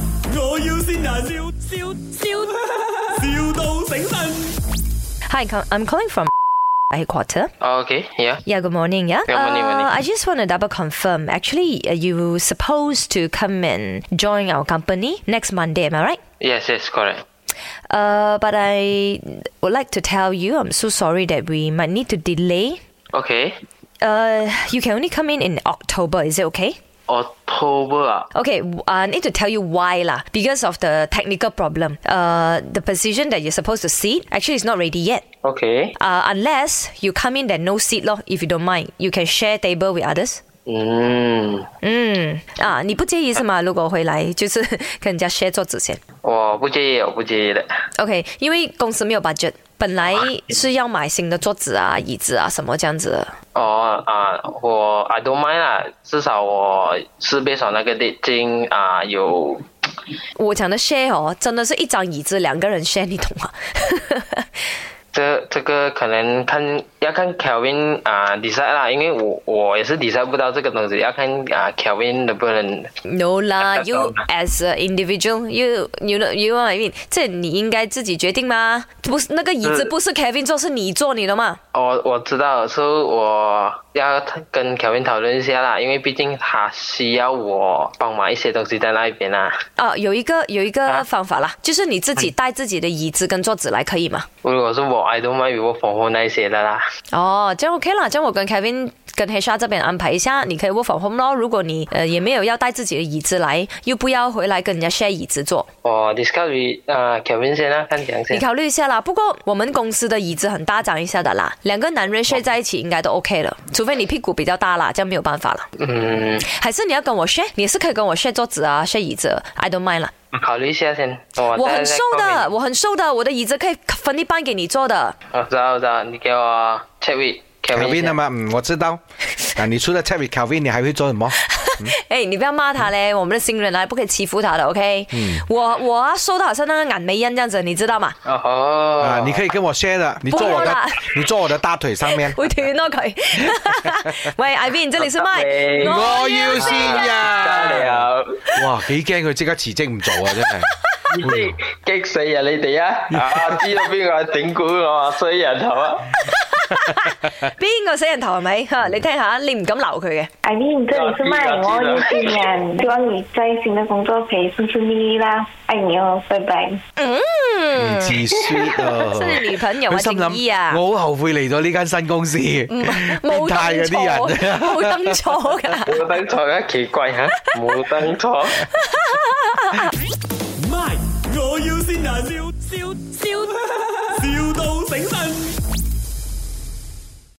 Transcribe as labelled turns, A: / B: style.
A: 要先人，笑笑笑，,笑到醒神。
B: Hi, co- I'm calling from I quarter.
C: Oh, Okay, yeah.
B: Yeah, good morning. Yeah. Uh,
C: Yeah, morning, morning.
B: I just want to double confirm. Actually, uh, you supposed to come and join our company next Monday, am I right?
C: Yes, yes, correct.
B: Uh, but I would like to tell you, I'm so sorry that we might need to delay.
C: Okay.
B: Uh, you can only come in in October. Is it okay?
C: October. ah.
B: Okay, w- uh, I need to tell you why lah. Because of the technical problem. Uh, the position that you're supposed to sit actually is not ready yet.
C: Okay.
B: Uh, unless you come in that no seat lor, if you don't mind, you can share table with others.
C: 嗯，
B: 嗯，啊，你不介意是吗？如果回来就是跟人家 share 桌子先。
C: 我不介意，我不介意的。
B: OK，因为公司没有 budget，本来是要买新的桌子啊、椅子啊什么这样子的。
C: 哦啊，我 Oh, ah, I don't mind lah. 啦，至少我是被少那个 date ah, 金啊有。
B: 我讲的 share 哦，真的是一张椅子两个人 share，你懂吗？
C: 这这个可能看要看 kan, ya Kelvin 啊 decide lah. 啦，因为我我也是 decide 不到这个东西，要看啊 Kelvin 能不能
B: No 啦，you as a individual, you you know you know what I mean，这你应该自己决定吗？不是那个椅子
C: 是
B: 不是 Kevin 坐，是你坐，你懂吗？
C: 哦我我知道，所以我要跟 Kevin 讨论一下啦，因为毕竟他需要我帮忙一些东西在那一边啦。
B: 啊，有一个有一个
C: 啊
B: 方法啦，就是你自己带自己的椅子跟桌子来，可以吗？
C: 如果是我，I don't mind with work from home 那一些的啦。
B: 哦，这样 OK 啦，这样我跟 Kevin 跟 HR 这边安排一下，你可以 work from home 咯。如果你呃也没有要带自己的椅子来，又不要回来跟人家 share 椅子坐，
C: 我 discuss with 呃 Kevin 先啦，看怎样
B: 你
C: 先。
B: 考虑一下啦。不过我们公司的椅子很大张一下的啦，两个男人 share 在一起应该都 OK 了，除非你屁股比较大啦，这样没有办法啦。
C: 嗯，
B: 还是你要跟我 share，你也是可以跟我 share 桌子啊，share 椅子，I don't mind 啦。
C: 嗯考虑一下先。我
B: 我
C: 再
B: 很
C: 再
B: 瘦
C: comment
B: 的，我很瘦的，我的椅子可以分一半给你坐的。
C: 我知道，我知道，你给我 check with Kevin 一
D: Kelvin
C: 下
D: 啊。嘛，嗯，我知 道。那你除了 c h e c k with Kelvin，你还会做什么？
B: 哎、你不要骂他嘞，我们的新人啊，不可以欺负他
D: 嗯
B: 的，OK？、我我啊，瘦的好像那个眼眉音这样子，你知道 吗？
C: 哦，
D: 啊，你可以跟我 share 的，你坐
B: 不
D: 我
B: 要
D: 的
B: 啦，
D: 你 坐我的大腿上面。
B: 会斷咯佢。喂，Ivan，这里是 麦，
C: 得你
D: 我要先啊
C: 加
D: 人。
C: 油！
D: 哇，幾驚佢即刻辭職唔做啊！真 係。
C: 激死啊你哋啊！啊，知道边个整蛊我啊衰人系嘛？
B: 邊個死人頭係咪？嚇
D: 嗯
B: 你聽下，你唔敢留佢嘅。
E: I mean，这里是麦，我有新人，希望你在新的工作可以顺顺利利啦，爱你哦，拜拜。
B: 嗯，
D: 自私 啊！
B: 真係女朋友啊，
D: 佢心
B: 正衣啊
D: 諗，，我好後悔嚟到呢間新公司，
B: 冇
D: 冇
B: 登
D: 嗰啲
B: 錯，
D: 人。
B: 冇登錯 㗎。
C: 冇登错啊，奇怪吓，冇登错。
A: 唔係，我要先人，笑笑笑，,笑到醒神。